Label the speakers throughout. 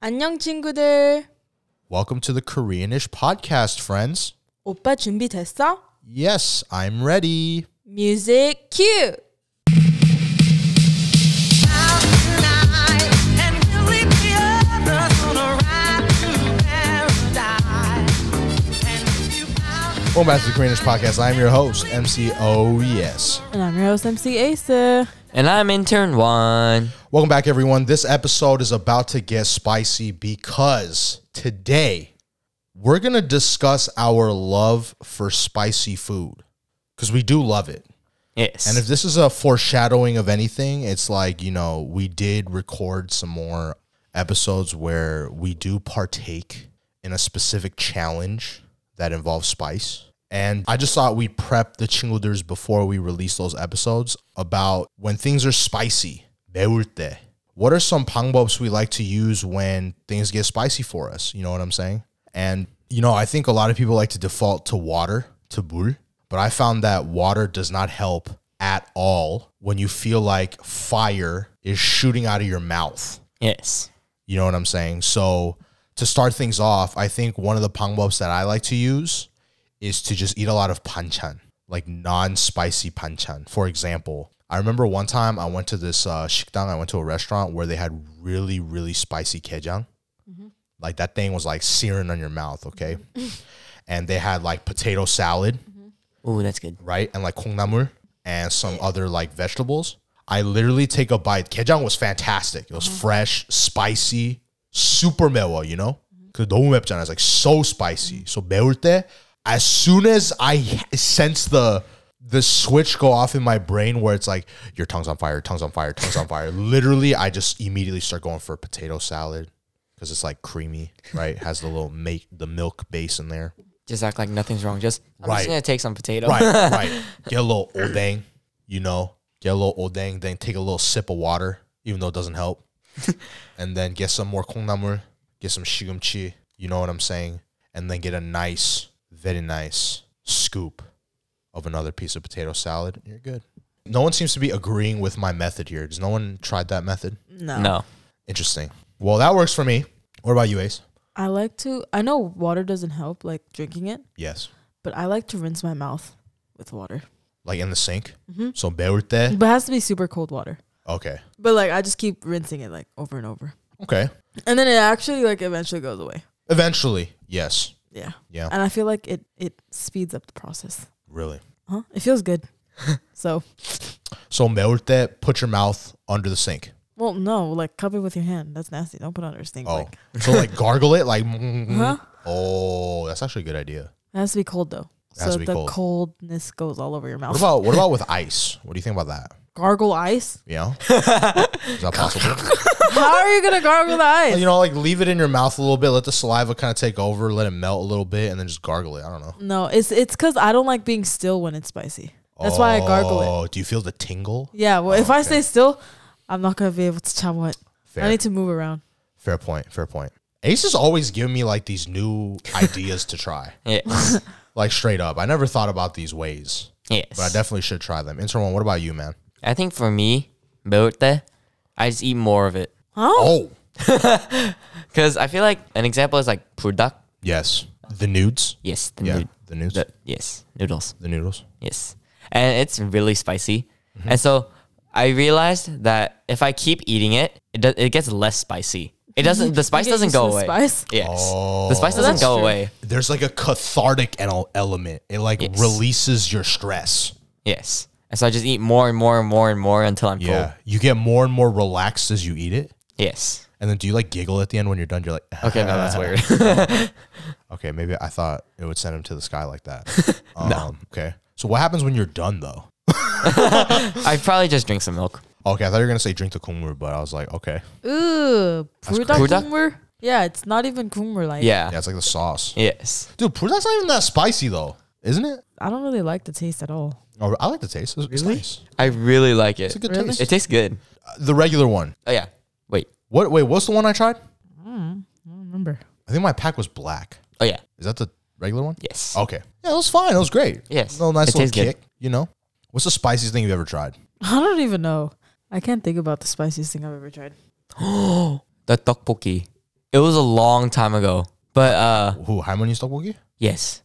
Speaker 1: 안녕 친구들.
Speaker 2: Welcome to the Koreanish podcast, friends.
Speaker 1: 오빠 준비됐어?
Speaker 2: Yes, I'm ready.
Speaker 1: Music cue.
Speaker 2: Welcome back to the Koreanish podcast. I'm your host, MC Oh Yes.
Speaker 1: And I'm your host MC Asa.
Speaker 3: And I'm intern one.
Speaker 2: Welcome back, everyone. This episode is about to get spicy because today we're going to discuss our love for spicy food because we do love it.
Speaker 3: Yes.
Speaker 2: And if this is a foreshadowing of anything, it's like, you know, we did record some more episodes where we do partake in a specific challenge that involves spice. And I just thought we prep the chingleders before we release those episodes about when things are spicy. 매울때. What are some pangbobs we like to use when things get spicy for us? You know what I'm saying? And you know, I think a lot of people like to default to water, to bul, but I found that water does not help at all when you feel like fire is shooting out of your mouth.
Speaker 3: yes.
Speaker 2: You know what I'm saying? So to start things off, I think one of the pangbobs that I like to use is to just eat a lot of panchan, like non-spicy panchan. For example, I remember one time I went to this uh, shikdang, I went to a restaurant where they had really, really spicy kejang. Like that thing was like searing on your mouth, okay? and they had like potato salad
Speaker 3: Ooh, that's good.
Speaker 2: right? And like kongnamul and some other like vegetables. I literally take a bite. Kejang was fantastic. It was fresh, spicy, super 매워, you know? 그 너무 맵잖아. It's like so spicy. So 매울 때, as soon as I sense the the switch go off in my brain where it's like your tongue's on fire, tongue's on fire, tongue's on fire. Literally, I just immediately start going for potato salad because it's like creamy, right? Has the little make the milk base in there.
Speaker 3: Just act like nothing's wrong. Just I'm
Speaker 2: Right.
Speaker 3: just gonna take some potato.
Speaker 2: Right, right. Get a little odang, you know. Get a little odang, then take a little sip of water, even though it doesn't help. and then get some more kongnamul, get some shigumchi, you know what I'm saying? And then get a nice, very nice scoop of another piece of potato salad. You're good. No one seems to be agreeing with my method here. Does no one tried that method?
Speaker 1: No.
Speaker 3: No.
Speaker 2: Interesting. Well, that works for me. What about you, Ace?
Speaker 1: I like to I know water doesn't help like drinking it,
Speaker 2: Yes.
Speaker 1: but I like to rinse my mouth with water.
Speaker 2: Like in the sink? So beurte?
Speaker 1: But it has to be super cold water.
Speaker 2: Okay.
Speaker 1: But like I just keep rinsing it like over and over.
Speaker 2: Okay.
Speaker 1: And then it actually like eventually goes away.
Speaker 2: Eventually, yes.
Speaker 1: Yeah.
Speaker 2: Yeah.
Speaker 1: And I feel like it it speeds up the process.
Speaker 2: Really?
Speaker 1: Huh? It feels good. so
Speaker 2: So 매울 때, put your mouth under the sink.
Speaker 1: well no, like cup it with your hand. That's nasty. Don't put it on your sink.
Speaker 2: Oh,
Speaker 1: Like
Speaker 2: so like gargle it, like.
Speaker 1: Huh?
Speaker 2: Oh, that's actually a good idea.
Speaker 1: It has to be cold though.
Speaker 2: It has
Speaker 1: So
Speaker 2: to be
Speaker 1: the
Speaker 2: cold.
Speaker 1: coldness goes all over your
Speaker 2: What
Speaker 1: mouth.
Speaker 2: about what about with ice? What do you think about that?
Speaker 1: gargle ice?
Speaker 2: Yeah, is that possible?
Speaker 1: How are you gonna gargle the ice?
Speaker 2: you know, like leave it in your mouth a little bit, let the saliva kind of take over, let it melt a little bit, and then just gargle it. I don't know.
Speaker 1: no, it's it's cause I don't like being still when it's spicy. That's why I gargle it.
Speaker 2: Oh, do you feel the tingle?
Speaker 1: Yeah, well if I
Speaker 2: okay.
Speaker 1: stay still, I'm not gonna be able to chamo it.
Speaker 2: Fair,
Speaker 1: I need to move around.
Speaker 2: fair point. Fair point. Ace is always giving me like these new ideas to try,
Speaker 3: Yes.
Speaker 2: like straight up. I never thought about these ways,
Speaker 3: yes.
Speaker 2: but I definitely should try them. Intern one, what about you, man?
Speaker 3: I think for me, birthday, I just eat more of it.
Speaker 2: Oh,
Speaker 3: Cause I feel like an example is like purdak.
Speaker 2: yes, the nudes.
Speaker 3: Yes. The
Speaker 2: Yeah,
Speaker 3: nood-
Speaker 2: the noodles.
Speaker 3: the- yes. Noodles.
Speaker 2: the noodles.
Speaker 3: Yes. And it's really spicy.
Speaker 2: Mm-hmm.
Speaker 3: And so I realized that if I keep eating it, it, do- it gets less spicy. It doesn't. The spice
Speaker 1: get
Speaker 3: doesn't
Speaker 1: used to
Speaker 3: go
Speaker 1: the
Speaker 3: away.
Speaker 1: spice.
Speaker 3: Yes.
Speaker 2: Oh.
Speaker 3: The spice doesn't
Speaker 1: that's
Speaker 3: go
Speaker 1: true.
Speaker 3: away.
Speaker 2: There's like a cathartic el- element. It like
Speaker 3: Yes.
Speaker 2: releases your stress.
Speaker 3: Yes. And so I just eat more and more and more and more until I'm full.
Speaker 2: you get more and more relaxed as you eat it.
Speaker 3: Yes.
Speaker 2: And then do you like giggle at the end when you're done? You're like, "Ah,
Speaker 3: Okay, no, that's weird.
Speaker 2: okay, maybe I thought it would send him to the sky like that. um, Okay. So what happens when you're done though?
Speaker 3: I probably just drink some milk.
Speaker 2: Okay, I thought you were gonna say drink the kumru, but I was like, okay,
Speaker 1: Ooh, purda
Speaker 3: crazy. Purda?
Speaker 1: kumur? Yeah, it's not even kumur like.
Speaker 3: Yeah.
Speaker 2: yeah, it's like the sauce,
Speaker 3: Yes.
Speaker 2: dude. Pur, that's not even that spicy though, isn't it?
Speaker 1: I don't really like the taste at all.
Speaker 2: Oh, I like the taste. It's, it's nice.
Speaker 3: I really like it.
Speaker 2: It's a good
Speaker 1: Really?
Speaker 2: taste.
Speaker 3: It tastes good.
Speaker 2: the regular one.
Speaker 3: Oh yeah. Wait.
Speaker 2: What? Wait, what's the one I tried?
Speaker 3: Mm,
Speaker 1: Remember?
Speaker 2: I think my pack was black.
Speaker 3: Oh yeah.
Speaker 2: Is that the regular one?
Speaker 3: Yes.
Speaker 2: Okay. Yeah, it was fine. It was great.
Speaker 3: Yes.
Speaker 2: Little nice
Speaker 3: It
Speaker 2: little
Speaker 3: tastes good.
Speaker 2: kick, you know? What's the spiciest thing you've ever tried?
Speaker 1: I don't even know. I can't think about the spiciest thing I've ever tried.
Speaker 3: the tteokbokki. It was a long time ago, but uh,
Speaker 2: Who? Harmony Tteokbokki?
Speaker 3: yes,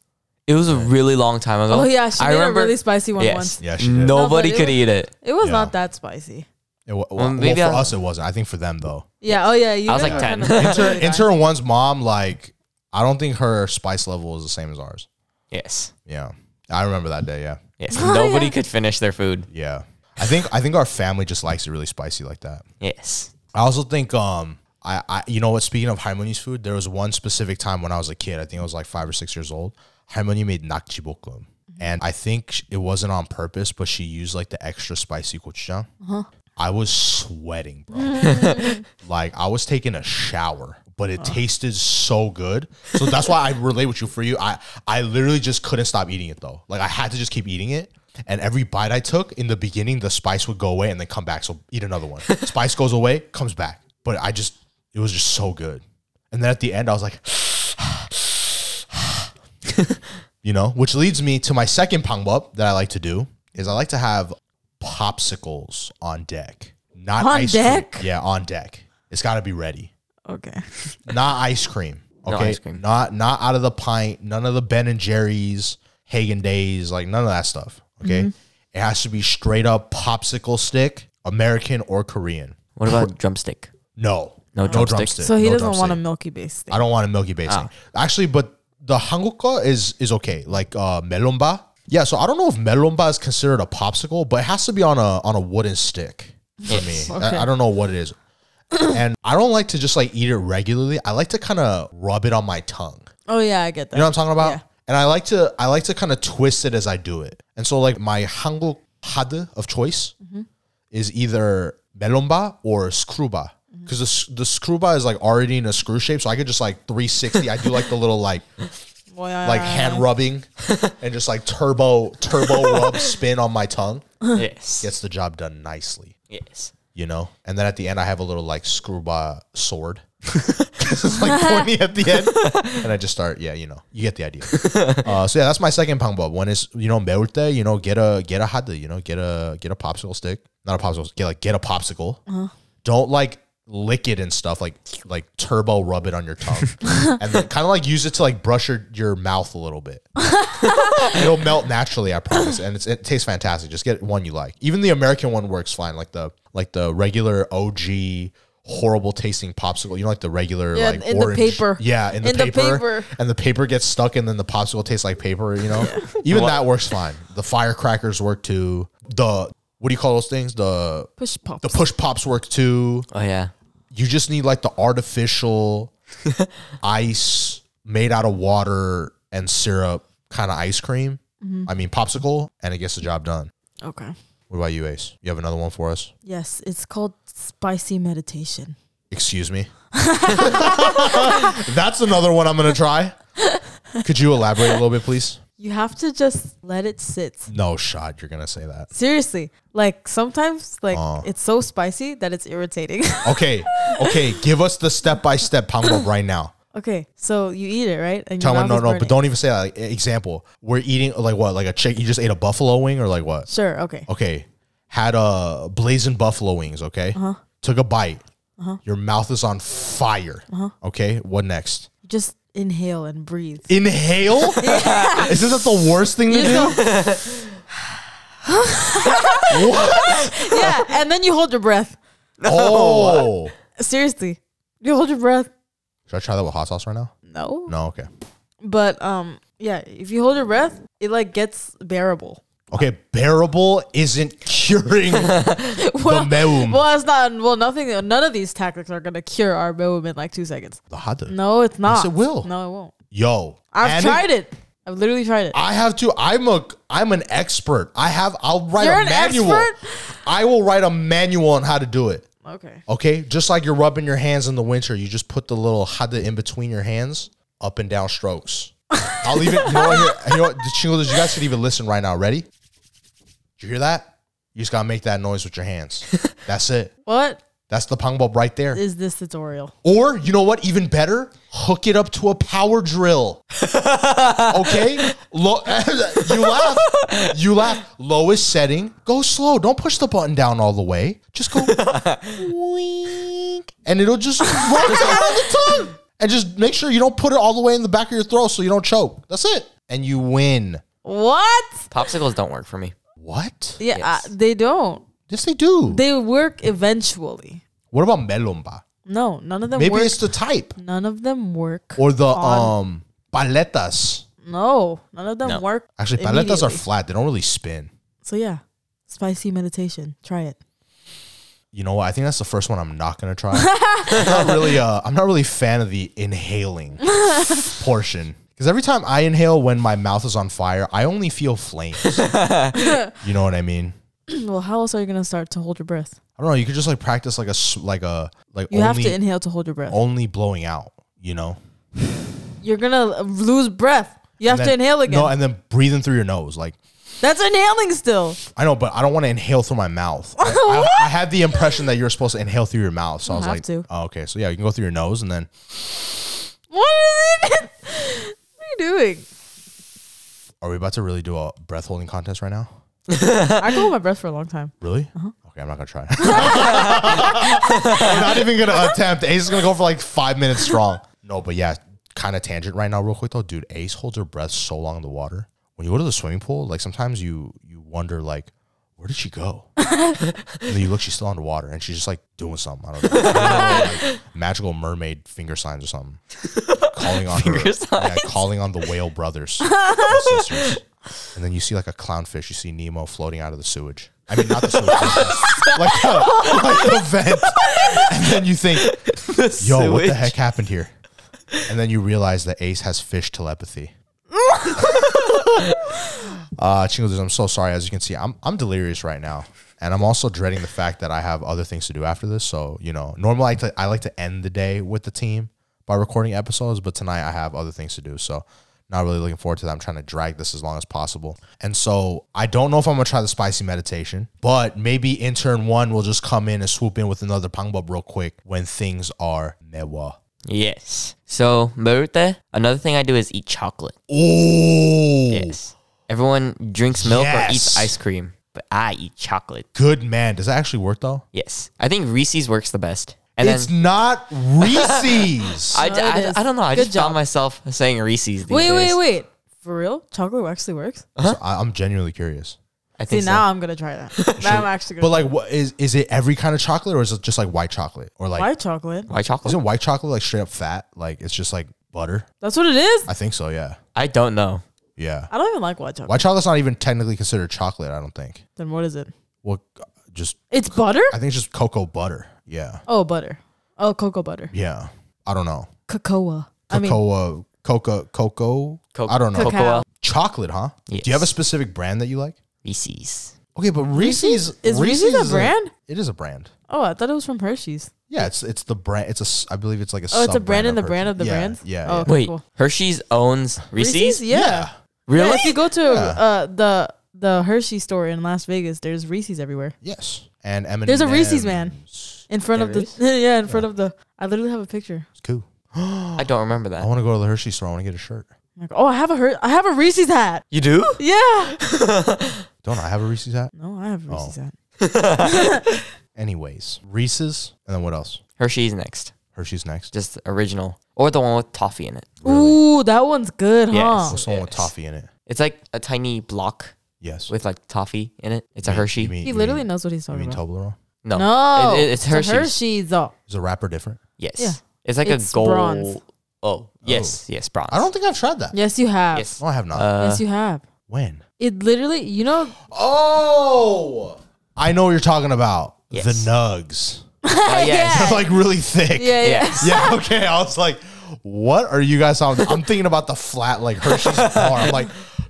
Speaker 3: it was a really long time ago.
Speaker 4: Oh yeah, she
Speaker 3: I
Speaker 4: made
Speaker 3: remember-
Speaker 4: a really spicy one
Speaker 3: yes,
Speaker 4: once.
Speaker 2: Yeah, she did.
Speaker 3: nobody
Speaker 4: No, but
Speaker 3: could
Speaker 4: it
Speaker 3: eat it.
Speaker 4: It was
Speaker 2: Yeah.
Speaker 4: not that spicy.
Speaker 2: It wa-
Speaker 3: Well,
Speaker 2: well,
Speaker 3: Um, maybe
Speaker 2: for
Speaker 3: I-
Speaker 2: us it wasn't. I think for them though.
Speaker 4: Yeah. Oh yeah. You
Speaker 3: I was
Speaker 4: guys
Speaker 3: like
Speaker 4: were
Speaker 3: 10.
Speaker 4: kind of-
Speaker 2: Intern, intern one's mom, like, I don't think her spice level is the same as ours.
Speaker 3: Yes,
Speaker 2: Yeah, I remember that day. Yeah,
Speaker 3: yes,
Speaker 4: Oh,
Speaker 3: nobody
Speaker 4: yeah.
Speaker 3: could finish their food.
Speaker 2: yeah. I think I think our family just likes it really spicy like that.
Speaker 3: Yes,
Speaker 2: I also think um I, I you know what speaking of Harmony's food there was one specific time when I was a kid I think I was like 5 or 6 years old Harmony made nakjibokkeum and I think sh- it wasn't on purpose but she used like the extra spicy gochujang I was sweating bro like I was taking a shower but it tasted so good so that's why I relate with you for you I I literally just couldn't stop eating it though like I had to just keep eating it and every bite I took in the beginning, the spice would go away and then come back. So eat another one. spice goes away, comes back. But I just, it was just so good. And then at the end, I was like, you know, which leads me to my second pangbop that I like to do is I like to have popsicles on deck, not
Speaker 4: On
Speaker 2: ice
Speaker 4: deck?
Speaker 2: Cream. Yeah, on deck. It's got to be ready
Speaker 4: okay.
Speaker 2: not ice cream. Okay,
Speaker 3: No ice cream.
Speaker 2: not not out of the pint. None of the Ben and Jerry's, Hagen Days, like none of that stuff. Okay,
Speaker 4: Mm-hmm.
Speaker 2: it has to be straight up popsicle stick, American or Korean.
Speaker 3: What about drumstick?
Speaker 2: No,
Speaker 3: No drumstick.
Speaker 4: So he
Speaker 2: No eh.
Speaker 4: doesn't want a
Speaker 2: drumstick.
Speaker 4: milky base thing.
Speaker 2: I don't want a Milky Way thing. Actually, but the Hangukka is is okay. Like uh, melomba. Yeah, so I don't know if melomba is considered a popsicle, but it has to be on a on a wooden stick for me.
Speaker 4: Okay.
Speaker 2: I, I don't know what it is. and I don't like to just like eat it regularly. I like to kind of rub it on my tongue.
Speaker 4: Oh yeah, I get that.
Speaker 2: You know what I'm talking about?
Speaker 4: Yeah.
Speaker 2: And I like to I like to kind of twist it as I do it. And so like my Hangul hade of choice is either melomba or screwba. Because the, s- the screwba is like already in a screw shape, so I could just like 360. I do like the little like
Speaker 4: Well, yeah,
Speaker 2: like
Speaker 4: yeah,
Speaker 2: hand rubbing and just like turbo turbo rub spin on my tongue.
Speaker 3: yes,
Speaker 2: Gets the job done nicely,
Speaker 3: yes.
Speaker 2: you know. And then at the end, I have a little like screwba sword. 'Cause it's like pointy at the end, and I just start. Yeah, you know, you get the idea. Uh, so yeah, that's my second pangbub. One is you know meurte, you know get a get a hada, you know get a get a popsicle stick, not a popsicle, get like get a popsicle.
Speaker 4: Uh-huh.
Speaker 2: Don't like lick it and stuff like like turbo rub it on your tongue, and then kind of like use it to like brush your your mouth a little bit. It'll melt naturally, I promise, and it's, it tastes fantastic. Just get one you like. Even the American one works fine, like the like the regular OG horrible tasting popsicle. You know, like the regular
Speaker 4: Yeah,
Speaker 2: like
Speaker 4: in the
Speaker 2: orange.
Speaker 4: paper.
Speaker 2: Yeah, in the
Speaker 4: In the
Speaker 2: paper,
Speaker 4: paper.
Speaker 2: and the paper gets stuck, and then the popsicle tastes like paper. You know, even that works fine. The firecrackers work too. The what do you call those things? The
Speaker 4: push pops.
Speaker 2: the push pops work too.
Speaker 3: Oh yeah,
Speaker 2: You just need like the artificial ice made out of water and syrup kind of ice cream.
Speaker 4: Mm-hmm.
Speaker 2: I mean popsicle, and it gets the job done.
Speaker 4: okay.
Speaker 2: What about you, Ace? You have another one for us?
Speaker 4: Yes, it's called spicy meditation.
Speaker 2: Excuse me. That's another one I'm gonna try. Could you elaborate a little bit, please?
Speaker 4: You have to just let it sit.
Speaker 2: No shot, you're gonna say that.
Speaker 4: Seriously, like sometimes like
Speaker 2: Oh.
Speaker 4: it's so spicy that it's irritating.
Speaker 2: Okay, okay, give us the step by step pangbop right now.
Speaker 4: okay, so you eat it right, and
Speaker 2: Tell
Speaker 4: your
Speaker 2: me no,
Speaker 4: mouth is
Speaker 2: no, but
Speaker 4: burning.
Speaker 2: don't even say that. Like, e, example, we're eating like what, like a chick? You just ate a buffalo wing or like what?
Speaker 4: Sure. Okay.
Speaker 2: Okay, had a blazing buffalo wings. Okay,
Speaker 4: Uh-huh.
Speaker 2: took a bite. Your mouth is on fire.
Speaker 4: Uh-huh.
Speaker 2: Okay, what next?
Speaker 4: You just inhale and breathe.
Speaker 2: Inhale? Isn't that the worst thing to
Speaker 4: You
Speaker 2: do?
Speaker 4: just go,
Speaker 2: What?
Speaker 4: yeah, and then you hold your breath.
Speaker 2: Oh.
Speaker 4: Seriously, you hold your breath.
Speaker 2: Should I try that with hot sauce right now?
Speaker 4: No.
Speaker 2: No, okay.
Speaker 4: But um, yeah, if you hold your breath, it like gets bearable.
Speaker 2: Okay, bearable isn't curing the
Speaker 4: Well,
Speaker 2: meum.
Speaker 4: well, it's not. Well, nothing. None of these tactics are gonna cure our meum in like two seconds.
Speaker 2: The hot dog.
Speaker 4: No, it's not.
Speaker 2: it will.
Speaker 4: No, it won't.
Speaker 2: Yo.
Speaker 4: I've
Speaker 2: and-
Speaker 4: tried it. I've literally tried it.
Speaker 2: I have to. I'm a. I'm an expert. I have. I'll write
Speaker 4: You're
Speaker 2: a
Speaker 4: an
Speaker 2: manual.
Speaker 4: expert?
Speaker 2: I will write a manual on how to do it.
Speaker 4: okay.
Speaker 2: Okay, just like you're rubbing your hands in the winter, you just put the little hada in between your hands, up and down strokes. I'll even. You know what? here- You know what? the Chingles, you guys could even listen right now. Ready? Did you hear that? You just gotta make that noise with your hands. That's it.
Speaker 4: What
Speaker 2: That's the pong bulb right there.
Speaker 4: is this tutorial?
Speaker 2: Or you know what? Even better, hook it up to a power drill. okay, Lo- you laugh. You laugh. Lowest setting. Go slow. Don't push the button down all the way. Just go, wink, and it'll just work it out of the tongue. and just make sure you don't put it all the way in the back of your throat so you don't choke. That's it. And you win.
Speaker 4: What?
Speaker 3: Popsicles don't work for me.
Speaker 2: What?
Speaker 4: Yeah,
Speaker 3: Yes.
Speaker 4: I- they don't.
Speaker 2: Yes, they do.
Speaker 4: They work eventually.
Speaker 2: what about melomba?
Speaker 4: No, none of them
Speaker 2: Maybe
Speaker 4: work.
Speaker 2: it's the type
Speaker 4: none of them work.
Speaker 2: or the
Speaker 4: On-
Speaker 2: um paletas.
Speaker 4: no, none of them
Speaker 3: No.
Speaker 4: work.
Speaker 2: Actually, paletas are
Speaker 4: immediately.
Speaker 2: flat. They don't really spin.
Speaker 4: So yeah, spicy meditation. Try it.
Speaker 2: You know what? I think that's the first one I'm not gonna try. I'm not really. Uh, I'm not really a fan of the inhaling portion because every time I inhale when my mouth is on fire, I only feel flames. you know what I mean?
Speaker 4: well, how else are you gonna start to hold your breath?
Speaker 2: I don't know. You could just like practice like a s- like a like
Speaker 4: You
Speaker 2: only
Speaker 4: have to inhale to hold your breath.
Speaker 2: only blowing out. You know.
Speaker 4: You're gonna lose breath. You have
Speaker 2: And
Speaker 4: to
Speaker 2: then-
Speaker 4: inhale again.
Speaker 2: No, and then breathing through your nose. Like
Speaker 4: That's inhaling still.
Speaker 2: I know, but I don't want to inhale through my mouth. I, I, I had the impression that you were supposed to inhale through your mouth, so I was
Speaker 4: have
Speaker 2: like,
Speaker 4: to.
Speaker 2: oh, okay, so yeah, you can go through your nose and then.
Speaker 4: What is it? what are you doing?
Speaker 2: Are we about to really do a breath holding contest right now?
Speaker 4: I can hold my breath for a long time.
Speaker 2: Really? Okay, I'm not gonna try. I'm not even gonna attempt. Ace is gonna go for like five minutes strong. No, but yeah, kind of tangent right now, real quick though, dude. Ace holds her breath so long in the water. When you go to the swimming pool, like sometimes you you wonder like, where did she go? and then you look, she's still underwater, and she's just like doing something. I don't know, like, magical mermaid finger signs or something, calling on her, yeah, calling on the whale brothers and sisters. And then you see like a clownfish. You see Nemo floating out of the sewage. I mean, not the sewage, like, the, like the vent. And then you think, yo, what the heck happened here? And then you realize that Ace has fish telepathy. uh, Chingles, I'm so sorry. As you can see, I'm I'm delirious right now, and I'm also dreading the fact that I have other things to do after this. So you know, normally I like to, I like to end the day with the team by recording episodes, but tonight I have other things to do. So. Not really looking forward to that. I'm trying to drag this as long as possible. And so I don't know if I'm going to try the spicy meditation, but maybe intern one will just come in and swoop in with another pangbub real quick when things are mewa.
Speaker 3: Yes. So, Marute, another thing I do is eat chocolate.
Speaker 2: Oh,
Speaker 3: Yes. Everyone drinks milk or
Speaker 2: Yes.
Speaker 3: eats ice cream, but I eat chocolate.
Speaker 2: good man. Does that actually work though?
Speaker 3: Yes. I think Reese's works the best. And
Speaker 2: it's
Speaker 3: then
Speaker 2: not Reese's.
Speaker 3: I,
Speaker 4: No, it
Speaker 3: I,
Speaker 4: is.
Speaker 3: I don't know. I
Speaker 4: Good
Speaker 3: just found
Speaker 4: job.
Speaker 3: myself saying Reese's these
Speaker 4: Wait,
Speaker 3: days.
Speaker 4: wait, wait. For real? Chocolate actually works?
Speaker 2: So I, am genuinely curious.
Speaker 3: I
Speaker 4: See,
Speaker 3: think so.
Speaker 4: now I'm gonna try that. now I'm actually
Speaker 2: But
Speaker 4: gonna
Speaker 2: like, what is is it every kind of chocolate or is it just like white chocolate or like
Speaker 4: try chocolate.
Speaker 3: Why chocolate?
Speaker 2: isn't white chocolate like straight up fat? Like it's just like butter.
Speaker 4: That's what it is.
Speaker 2: I think so. Yeah,
Speaker 3: I don't know.
Speaker 2: yeah.
Speaker 4: I don't even like white chocolate.
Speaker 2: White chocolate's not even technically considered chocolate. I don't think.
Speaker 4: Then what is it?
Speaker 2: Well, c- just
Speaker 4: It's butter?
Speaker 2: I think it's just cocoa butter. Yeah,
Speaker 4: Oh, butter. Oh, cocoa butter.
Speaker 2: yeah. I don't know.
Speaker 4: Cocoa. I mean,
Speaker 2: Cocoa, cocoa, cocoa.
Speaker 3: Co-
Speaker 2: I don't know.
Speaker 4: Cacao.
Speaker 3: Cocoa.
Speaker 2: Chocolate, huh?
Speaker 3: Yes.
Speaker 2: Do you have a specific brand that you like?
Speaker 3: Reese's.
Speaker 2: Okay, but Reese's
Speaker 4: is Reese's a brand?
Speaker 2: it is a brand.
Speaker 4: oh, I thought it was from Hershey's.
Speaker 2: Yeah, it's it's the brand. It's a s- I believe it's like a.
Speaker 4: Oh, it's a brand
Speaker 2: sub-brand
Speaker 4: in the
Speaker 2: of
Speaker 4: brand
Speaker 2: Hershey.
Speaker 4: of the
Speaker 2: yeah,
Speaker 4: brands?
Speaker 2: Yeah.
Speaker 4: Oh,
Speaker 2: yeah.
Speaker 4: okay.
Speaker 3: Wait,
Speaker 4: cool.
Speaker 3: Hershey's owns Reese's?
Speaker 4: Yeah.
Speaker 2: Yeah.
Speaker 4: Yeah,
Speaker 3: Really?
Speaker 4: if you go to
Speaker 2: Yeah.
Speaker 4: uh, the the Hershey store in Las Vegas, there's Reese's everywhere.
Speaker 2: Yes. And M.
Speaker 4: There's a Reese's man. In front
Speaker 3: There
Speaker 4: of the yeah, in front of the. I literally have a picture.
Speaker 2: It's cool.
Speaker 3: I don't remember
Speaker 2: I
Speaker 3: that.
Speaker 2: want to go to the Hershey store. I want to get a shirt.
Speaker 4: Like, oh, I have a Her- I have a Reese's hat.
Speaker 3: You do?
Speaker 4: Yeah.
Speaker 2: Don't I have a Reese's hat?
Speaker 4: No, I have a Reese's hat.
Speaker 2: Anyways, Reese's, and then what else?
Speaker 3: Hershey's next.
Speaker 2: Hershey's next.
Speaker 3: Just the original. Or the one with toffee in it.
Speaker 4: Ooh, that one's good, huh?
Speaker 2: What's the one with
Speaker 3: Yes.
Speaker 2: toffee in it?
Speaker 3: It's like a tiny block
Speaker 2: Yes.
Speaker 3: with like toffee in it. It's a Hershey.
Speaker 2: You mean,
Speaker 4: He
Speaker 2: you
Speaker 4: literally
Speaker 2: mean,
Speaker 4: knows what he's
Speaker 2: You
Speaker 4: talking
Speaker 2: mean
Speaker 4: about.
Speaker 2: Toblerone?
Speaker 3: no.
Speaker 4: No,
Speaker 3: It- it- it's Hershey's.
Speaker 4: a Hershey's. Oh,
Speaker 2: Is the wrapper different?
Speaker 3: Yes.
Speaker 4: Yeah.
Speaker 3: It's like
Speaker 4: It's
Speaker 3: a gold.
Speaker 4: bronze.
Speaker 3: Oh, yes. Yes, bronze.
Speaker 2: I don't think I've tried that.
Speaker 4: yes, you have. Yes,
Speaker 3: Yes.
Speaker 2: No, I have not.
Speaker 3: Uh,
Speaker 4: you have.
Speaker 2: when?
Speaker 4: It literally, you know,
Speaker 2: Oh, I know what you're talking about. The
Speaker 3: Yes.
Speaker 2: nugs.
Speaker 3: oh, yes.
Speaker 2: They're like really thick.
Speaker 4: yeah, yeah.
Speaker 3: Yes.
Speaker 2: Yeah, okay. I was like, what are you guys talking about? I'm thinking about the flat, like Hershey's bar. I'm like,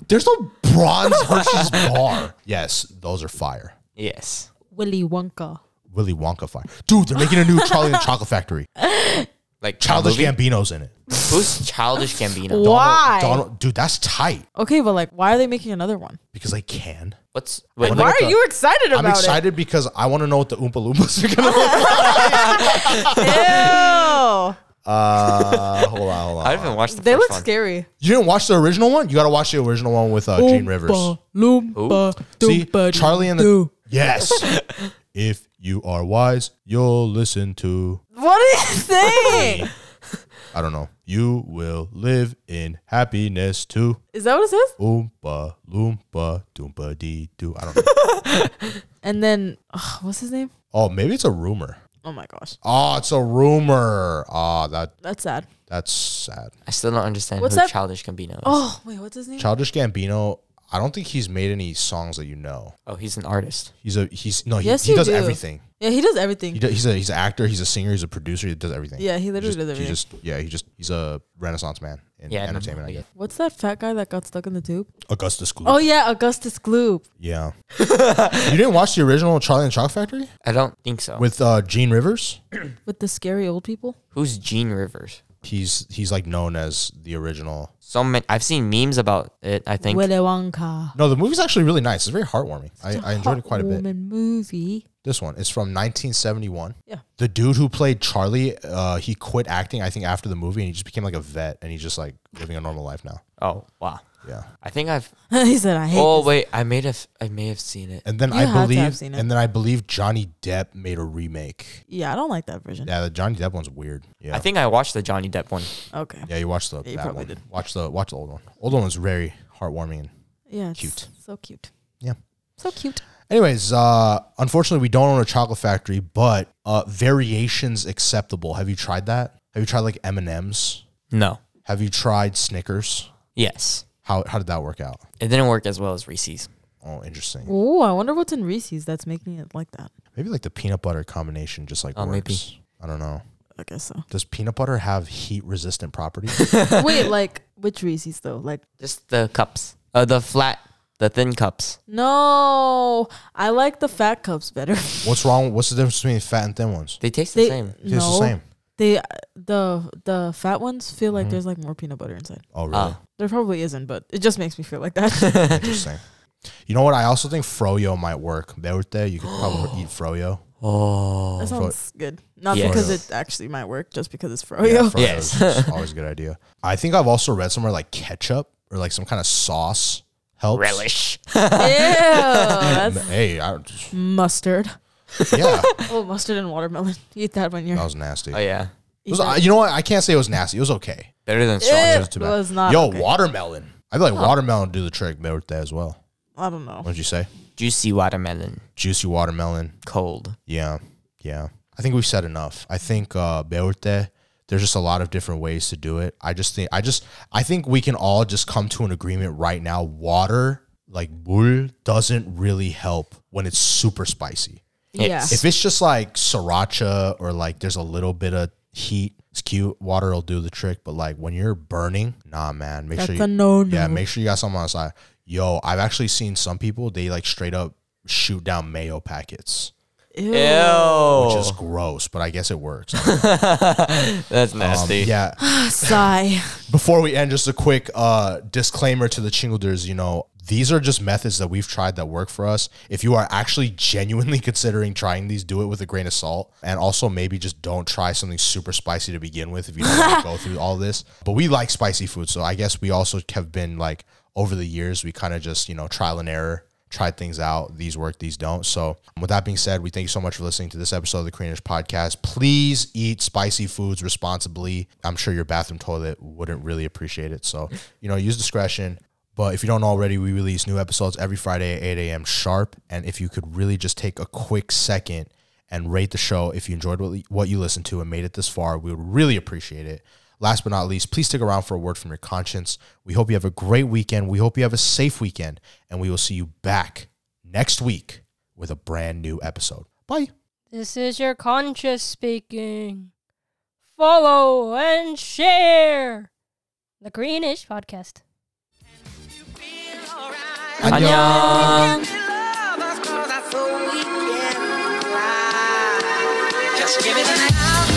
Speaker 2: there's no bronze Hershey's bar. Yes, those are fire.
Speaker 3: Yes.
Speaker 4: Willy Wonka.
Speaker 2: Willy Wonka fire. Dude, they're making a new Charlie and the Chocolate Factory.
Speaker 3: Like
Speaker 2: Childish
Speaker 3: movie?
Speaker 2: Gambino's in it.
Speaker 3: Who's Childish Gambino?
Speaker 4: Why?
Speaker 2: Donald, dude, that's tight
Speaker 4: Okay, but like, why are they making another one?
Speaker 2: because they can.
Speaker 3: What's wait,
Speaker 4: Why are you excited about
Speaker 2: I'm excited because I want to know what the Oompa Loompas are going to look like.
Speaker 4: it?
Speaker 2: Uh, hold on, hold
Speaker 3: I
Speaker 2: on.
Speaker 3: haven't watched
Speaker 4: Ew.
Speaker 3: the
Speaker 4: They
Speaker 3: first
Speaker 4: look
Speaker 3: one.
Speaker 4: scary.
Speaker 2: You didn't watch the original one? You got to watch the original one with uh, Gene Rivers.
Speaker 4: Loompa,
Speaker 2: See,
Speaker 4: doompa,
Speaker 2: Charlie and the
Speaker 4: doo.
Speaker 2: Yes. if you are wise, you'll listen to
Speaker 4: What are you saying?
Speaker 2: I don't know. You will live in happiness too.
Speaker 4: Is that what it says?
Speaker 2: Oompa loompa doompa dee doo. I don't know.
Speaker 4: And then ugh, what's his name?
Speaker 2: oh, maybe it's a rumor.
Speaker 4: Oh my gosh,
Speaker 2: Oh, it's a rumor. Ah, that
Speaker 4: that's sad.
Speaker 2: that's sad.
Speaker 3: I still don't understand
Speaker 4: What's
Speaker 3: who
Speaker 4: up?
Speaker 3: Childish Gambino is. Oh.
Speaker 4: Oh wait, what's his name?
Speaker 2: Childish Gambino. I don't think he's made any songs that you know.
Speaker 3: Oh, he's an artist.
Speaker 2: He's a he's no he,
Speaker 4: Yes,
Speaker 2: he
Speaker 4: you
Speaker 2: does
Speaker 4: do.
Speaker 2: everything.
Speaker 4: Yeah, he does
Speaker 2: He
Speaker 4: everything.
Speaker 2: does, he's a he's an actor. He's a singer. He's a producer. He does everything.
Speaker 4: Yeah, he literally
Speaker 2: just,
Speaker 4: does everything.
Speaker 2: He just yeah. He just he's a renaissance man in
Speaker 3: Yeah, I know.
Speaker 2: entertainment. I
Speaker 3: I
Speaker 2: guess.
Speaker 4: What's that fat guy that got stuck in the tube?
Speaker 2: Augustus Gloop.
Speaker 4: Oh yeah, Augustus Gloop.
Speaker 2: Yeah. you didn't watch the original Charlie and the Chocolate Factory
Speaker 3: I don't think so.
Speaker 2: with uh, Gene Rivers?
Speaker 4: with the scary old people.
Speaker 3: Who's Gene Rivers?
Speaker 2: He's he's like known as the original.
Speaker 3: So many. I've seen memes about it. I think.
Speaker 4: Willy Wonka.
Speaker 2: No, the movie's actually really nice. It's very heartwarming. I, I enjoyed it quite a bit.
Speaker 4: Woman movie.
Speaker 2: This one. It's from 1971.
Speaker 4: Yeah.
Speaker 2: The dude who played Charlie, uh, he quit acting, I think, after the movie, and he just became like a vet, and he's just like living a normal life now.
Speaker 3: Oh wow.
Speaker 2: Yeah.
Speaker 3: I think I've.
Speaker 4: he said, "I hate."
Speaker 3: Oh
Speaker 4: this.
Speaker 3: wait, I may have. I may have seen it.
Speaker 2: And then I
Speaker 4: You had to have
Speaker 2: believe,
Speaker 4: seen it.
Speaker 2: and then I believe Johnny Depp made a remake.
Speaker 4: Yeah, I don't like that version.
Speaker 2: Yeah, the Johnny Depp one's weird. Yeah.
Speaker 3: I think I watched the Johnny Depp one.
Speaker 4: Okay.
Speaker 2: yeah, you watched the
Speaker 4: you
Speaker 2: that
Speaker 4: probably
Speaker 2: one.
Speaker 4: did.
Speaker 2: Watch the watch the old one. Old one was very heartwarming. And
Speaker 4: Yeah. It's
Speaker 2: Cute.
Speaker 4: So cute.
Speaker 2: Yeah.
Speaker 4: So cute.
Speaker 2: Anyways, uh, unfortunately, we don't own a chocolate factory, but uh, variations acceptable. Have you tried that? Have you tried like M and M's?
Speaker 3: No.
Speaker 2: Have you tried Snickers?
Speaker 3: Yes.
Speaker 2: How how did that work out?
Speaker 3: It didn't work as well as Reese's.
Speaker 2: Oh, interesting.
Speaker 4: Oh, I wonder what's in Reese's that's making it like that.
Speaker 2: Maybe like the peanut butter combination just like
Speaker 3: Oh,
Speaker 2: works.
Speaker 3: maybe.
Speaker 2: I don't know.
Speaker 4: I guess so.
Speaker 2: Does peanut butter have heat resistant properties?
Speaker 4: wait, like which Reese's though? Like
Speaker 3: Just the cups. Uh, the flat, the thin cups.
Speaker 4: no, I like the fat cups better.
Speaker 2: What's wrong? What's the difference between fat and thin ones?
Speaker 3: They taste the
Speaker 4: They
Speaker 3: same.
Speaker 2: It's the
Speaker 4: no,
Speaker 2: same.
Speaker 4: They uh, the the fat ones feel
Speaker 3: Mm-hmm.
Speaker 4: like there's like more peanut butter inside.
Speaker 2: Oh, really?
Speaker 3: Ah.
Speaker 4: There probably isn't, but it just makes me feel like that.
Speaker 2: Interesting. You know what? I also think froyo might work. Birthday, you could probably eat froyo.
Speaker 3: Oh.
Speaker 4: that sounds good. Not
Speaker 3: Yes.
Speaker 4: because it actually might work, just because it's froyo.
Speaker 2: Yeah, froyo
Speaker 3: Yes.
Speaker 2: is just always a good idea. I think I've also read somewhere like ketchup or like some kind of sauce helps.
Speaker 3: Relish.
Speaker 4: Ew, that's
Speaker 2: Hey, I, just-
Speaker 4: mustard.
Speaker 2: yeah,
Speaker 4: Oh, mustard and watermelon. Eat that when you're.
Speaker 2: that was nasty.
Speaker 3: Oh, yeah.
Speaker 2: It was- I- you know what? I can't say it was nasty. It was okay.
Speaker 3: Better than
Speaker 4: Eh,
Speaker 3: strong.
Speaker 2: was
Speaker 4: it
Speaker 2: too bad.
Speaker 4: was not.
Speaker 2: Yo,
Speaker 4: okay.
Speaker 2: watermelon. I feel like watermelon do the trick birthday as well.
Speaker 4: I don't know.
Speaker 2: What'd you say?
Speaker 3: Juicy watermelon.
Speaker 2: Juicy watermelon.
Speaker 3: Cold.
Speaker 2: Yeah, yeah. I think we've said enough. I think uh, Beurte, there's just a lot of different ways to do it. I just think I just I think we can all just come to an agreement right now. Water like bull doesn't really help when it's super spicy.
Speaker 4: Yeah.
Speaker 2: If it's just like sriracha or like there's a little bit of heat, it's cute. Water will do the trick. But like when you're burning, nah, man. Make sure
Speaker 4: That's
Speaker 2: you
Speaker 4: a no no.
Speaker 2: yeah, make sure you got something on the side. Yo, I've actually seen some people they like straight up shoot down mayo packets
Speaker 4: Ew.
Speaker 3: Ew.
Speaker 2: which is gross, but I guess it works.
Speaker 3: That's
Speaker 2: Um,
Speaker 3: nasty.
Speaker 2: yeah.
Speaker 4: Sigh.
Speaker 2: Before we end, just a quick uh, disclaimer to the Chingleders. You know, these are just methods that we've tried that work for us. If you are actually genuinely considering trying these, do it with a grain of salt, and also maybe just don't try something super spicy to begin with if you don't want to go through all this. But we like spicy food, so I guess we also have been like over the years we kind of just you know trial and error tried things out. These work, these don't. So, with that being said, we thank you so much for listening to this episode of the Koreanish Podcast. Please eat spicy foods responsibly. I'm sure your bathroom toilet wouldn't really appreciate it. So, you know, use discretion. But if you don't already, we release new episodes every Friday at 8 a.m. sharp. And if you could really just take a quick second and rate the show if you enjoyed what, what you listened to and made it this far, we would really appreciate it. Last but not least, please stick around for a word from your conscience. We hope you have a great weekend. We hope you have a safe weekend. And we will see you back next week with a brand new episode. Bye.
Speaker 5: This is your conscious speaking. Follow and share the Greenish podcast.
Speaker 3: Annyeong.
Speaker 6: Just give it an hour.